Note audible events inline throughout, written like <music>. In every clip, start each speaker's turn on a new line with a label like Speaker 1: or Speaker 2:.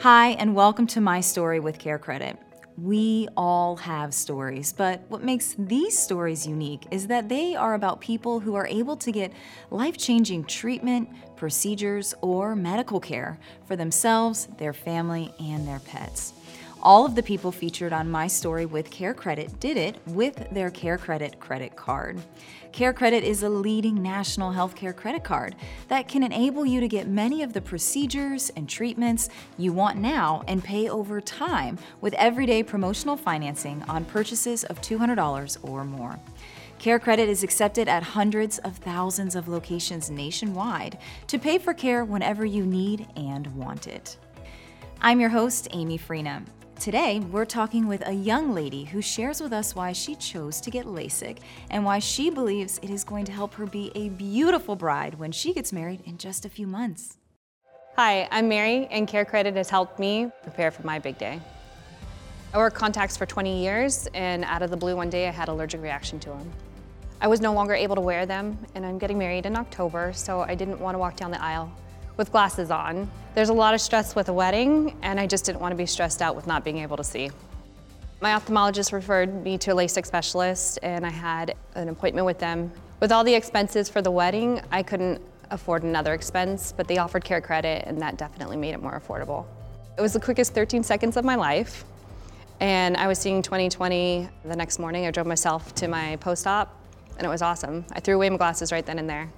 Speaker 1: Hi, and welcome to My Story with Care Credit. We all have stories, but what makes these stories unique is that they are about people who are able to get life changing treatment, procedures, or medical care for themselves, their family, and their pets. All of the people featured on My Story with Care Credit did it with their Care Credit credit card. Care Credit is a leading national healthcare credit card that can enable you to get many of the procedures and treatments you want now and pay over time with everyday promotional financing on purchases of $200 or more. Care Credit is accepted at hundreds of thousands of locations nationwide to pay for care whenever you need and want it. I'm your host, Amy Freena. Today, we're talking with a young lady who shares with us why she chose to get LASIK and why she believes it is going to help her be a beautiful bride when she gets married in just a few months.
Speaker 2: Hi, I'm Mary, and Care Credit has helped me prepare for my big day. I wore contacts for 20 years, and out of the blue one day, I had allergic reaction to them. I was no longer able to wear them, and I'm getting married in October, so I didn't want to walk down the aisle with glasses on. There's a lot of stress with a wedding, and I just didn't want to be stressed out with not being able to see. My ophthalmologist referred me to a LASIK specialist, and I had an appointment with them. With all the expenses for the wedding, I couldn't afford another expense, but they offered care credit, and that definitely made it more affordable. It was the quickest 13 seconds of my life, and I was seeing 20/20 the next morning. I drove myself to my post op, and it was awesome. I threw away my glasses right then and there.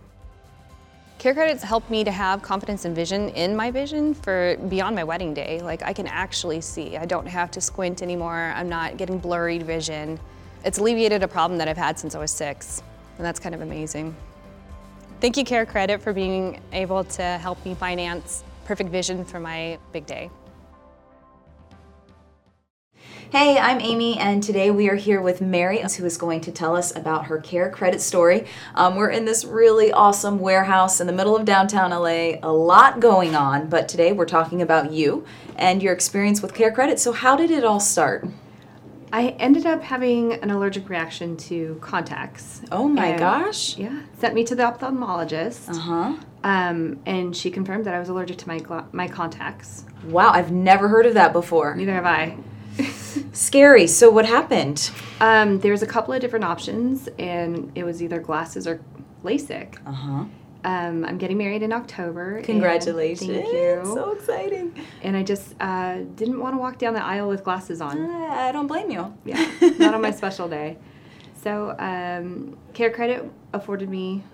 Speaker 2: Care credits helped me to have confidence and vision in my vision for beyond my wedding day. Like I can actually see. I don't have to squint anymore. I'm not getting blurry vision. It's alleviated a problem that I've had since I was six, and that's kind of amazing. Thank you, Care Credit, for being able to help me finance perfect vision for my big day.
Speaker 1: Hey, I'm Amy, and today we are here with Mary, who is going to tell us about her care credit story. Um, we're in this really awesome warehouse in the middle of downtown LA, a lot going on, but today we're talking about you and your experience with care credit. So, how did it all start?
Speaker 2: I ended up having an allergic reaction to contacts.
Speaker 1: Oh my
Speaker 2: And-
Speaker 1: gosh.
Speaker 2: Yeah, sent me to the ophthalmologist,
Speaker 1: Uh huh.
Speaker 2: um, and she confirmed that I was allergic to my gla- my contacts.
Speaker 1: Wow, I've never heard of that before.
Speaker 2: Neither have I.
Speaker 1: Scary. So, what happened?
Speaker 2: Um, there was a couple of different options, and it was either glasses or LASIK.
Speaker 1: Uh huh.
Speaker 2: Um, I'm getting married in October. and
Speaker 1: Congratulations.
Speaker 2: Thank you.
Speaker 1: So exciting.
Speaker 2: and I just uh, didn't want to walk down the aisle with glasses on.
Speaker 1: Uh, I don't blame you. <laughs>
Speaker 3: yeah, not on my special day. So um, Care Credit afforded me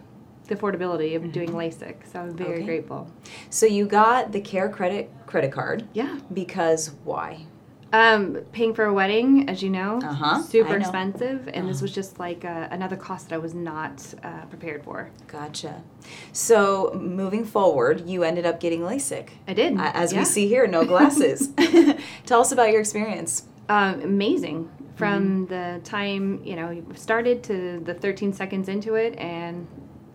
Speaker 3: the affordability of doing LASIK, so I'm very
Speaker 1: Mm-hmm. Okay.
Speaker 3: grateful.
Speaker 1: So, you got the care credit credit card
Speaker 3: Yeah,
Speaker 1: because why?
Speaker 3: um, paying for a wedding, as you know,
Speaker 1: Uh-huh, I
Speaker 3: super
Speaker 1: know. Uh-huh.
Speaker 3: expensive, and this was just like uh, another cost that I was not uh, prepared for.
Speaker 1: Gotcha. So, moving forward, you ended up getting LASIK.
Speaker 3: I did,
Speaker 1: A- As
Speaker 3: Mm, yeah.
Speaker 1: we see here,
Speaker 3: <laughs>
Speaker 1: no glasses. <laughs> Tell us about your experience.
Speaker 3: um, amazing
Speaker 1: Mm-hmm.
Speaker 3: from the time you know you started to the 13 seconds into it, and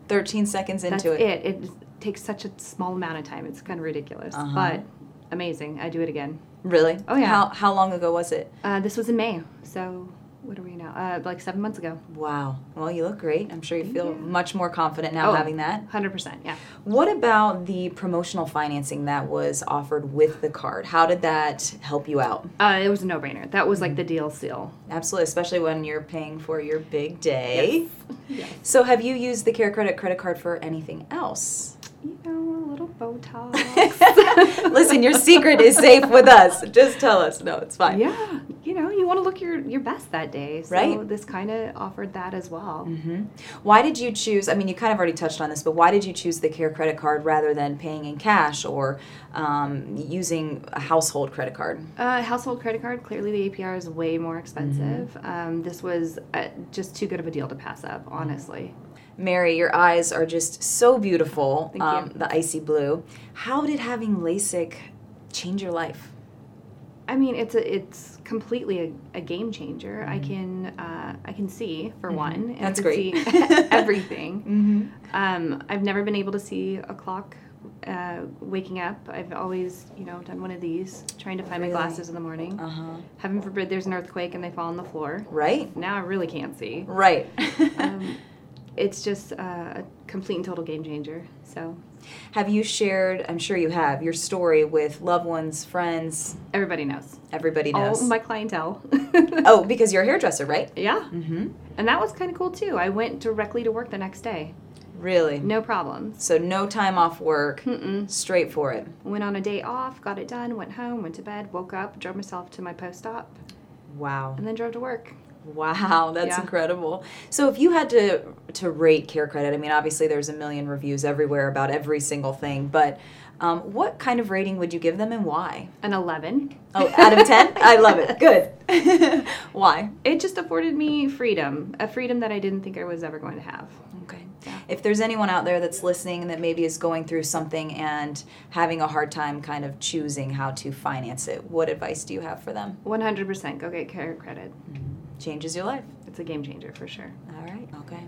Speaker 1: 13 seconds
Speaker 3: that's
Speaker 1: into
Speaker 3: it.
Speaker 1: it.
Speaker 3: it. takes such a small amount of time. It's kind of ridiculous,
Speaker 1: Uh-huh.
Speaker 3: but amazing. I do it again.
Speaker 1: Really?
Speaker 3: Oh, yeah.
Speaker 1: How, how long ago was it?
Speaker 3: Uh, this was in May, so what are we now? Uh, like seven months ago.
Speaker 1: Wow. Well, you look great. I'm sure you feel much more confident now
Speaker 3: Oh.
Speaker 1: having that.
Speaker 3: Hundred percent, yeah.
Speaker 1: What about the promotional financing that was offered with the card? How did that help you out?
Speaker 3: Uh, it was a no-brainer. That
Speaker 1: Mm.
Speaker 3: was like the deal
Speaker 1: <laughs>
Speaker 3: seal.
Speaker 1: Absolutely, especially when you're paying for your big day.
Speaker 3: Yes.
Speaker 1: So, have you used the Care Credit credit card for anything else?
Speaker 3: You know, a little Botox.
Speaker 1: <laughs> Listen, your secret is safe with us. Just tell us. No, it's fine.
Speaker 3: yeah, you know, you want to look your your best that day. So
Speaker 1: Right.
Speaker 3: This kind of offered that as well.
Speaker 1: Mm-hmm. Why did you choose? I mean, you kind of already touched on this, but why did you choose the Care Credit card rather than paying in cash or um, using a household credit card?
Speaker 3: Uh, household credit card. Clearly, the APR is way more expensive.
Speaker 1: Mm-hmm.
Speaker 3: Um, this was uh, just too good of a deal to pass up. Honestly.
Speaker 1: Mary, your eyes are just so beautiful. um,
Speaker 3: Thank you.
Speaker 1: The icy blue. How did having LASIK change your life?
Speaker 3: I mean, it's a, it's completely a, a game changer. I can uh, I can see for one. And
Speaker 1: Mm-hmm. That's
Speaker 3: I can
Speaker 1: great.
Speaker 3: See
Speaker 1: <laughs>
Speaker 3: everything.
Speaker 1: Mm-hmm.
Speaker 3: Um, I've never been able to see a clock uh, waking up. I've always, you know, done one of these, trying to find
Speaker 1: Really?
Speaker 3: my glasses in the morning.
Speaker 1: Uh huh.
Speaker 3: Heaven forbid there's an earthquake and they fall on the floor.
Speaker 1: Right.
Speaker 3: Now I really can't see. <laughs>
Speaker 1: Right.
Speaker 3: Um, it's just uh, a complete and total game changer. So
Speaker 1: Have you shared, I'm sure you have, your story with loved ones, friends,
Speaker 3: Everybody knows.
Speaker 1: everybody knows?
Speaker 3: All Oh, my clientele.
Speaker 1: <laughs> oh, because you're a hairdresser, right?
Speaker 3: yeah. Mm-hmm. And that was kind of cool too. I went directly to work the next day.
Speaker 1: Really?
Speaker 3: No problems.
Speaker 1: So no time off work, straight for it.
Speaker 3: Went on a day off, got it done, went home, went to bed, woke up, drove myself to my post op,
Speaker 1: Wow.
Speaker 3: and then drove to work.
Speaker 1: Wow, that's
Speaker 3: Yeah.
Speaker 1: incredible. So if you had to to rate Care Credit, I mean, obviously there's a million reviews everywhere about every single thing, but um, what kind of rating would you give them and why?
Speaker 3: An 11.
Speaker 1: Oh, out
Speaker 3: <laughs>
Speaker 1: of ten, I love it. Good. <laughs> why?
Speaker 3: It just afforded me freedom, a freedom that I didn't think I was ever going to have.
Speaker 1: Okay. If there's anyone out there that's listening and that maybe is going through something and having a hard time kind of choosing how to finance it, what advice do you have for them?
Speaker 3: 100% go get care credit.
Speaker 1: Changes your life.
Speaker 3: It's a game changer for sure.
Speaker 1: All right. Okay.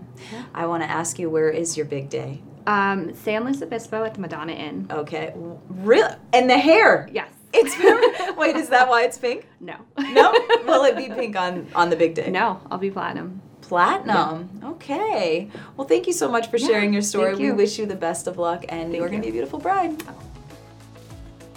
Speaker 1: I want to ask you, where is your big day?
Speaker 3: Um, San Luis Obispo at the Madonna Inn.
Speaker 1: Okay. Really? And the hair.
Speaker 3: Yes.
Speaker 1: It's wait, is
Speaker 3: <laughs>
Speaker 1: that why it's pink?
Speaker 3: No.
Speaker 1: No. Will it be pink on on the big day?
Speaker 3: no, I'll be platinum.
Speaker 1: Platinum. Okay. Well, thank you so much for sharing your story.
Speaker 3: thank
Speaker 1: We
Speaker 3: you.
Speaker 1: wish you the best of luck, and you're going to
Speaker 3: you.
Speaker 1: be a beautiful bride.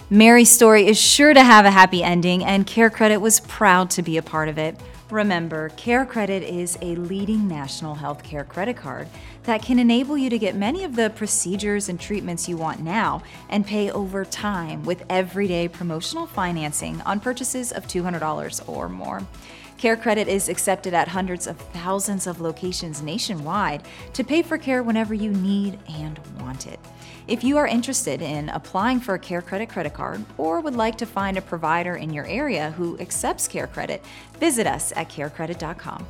Speaker 4: Mary's story is sure to have a happy ending, and Care Credit was proud to be a part of it. Remember, Care Credit is a leading national healthcare credit card that can enable you to get many of the procedures and treatments you want now and pay over time with everyday promotional financing on purchases of $200 or more. Care Credit is accepted at hundreds of thousands of locations nationwide to pay for care whenever you need and want it. If you are interested in applying for a Care Credit credit card or would like to find a provider in your area who accepts Care Credit, visit us at carecredit.com.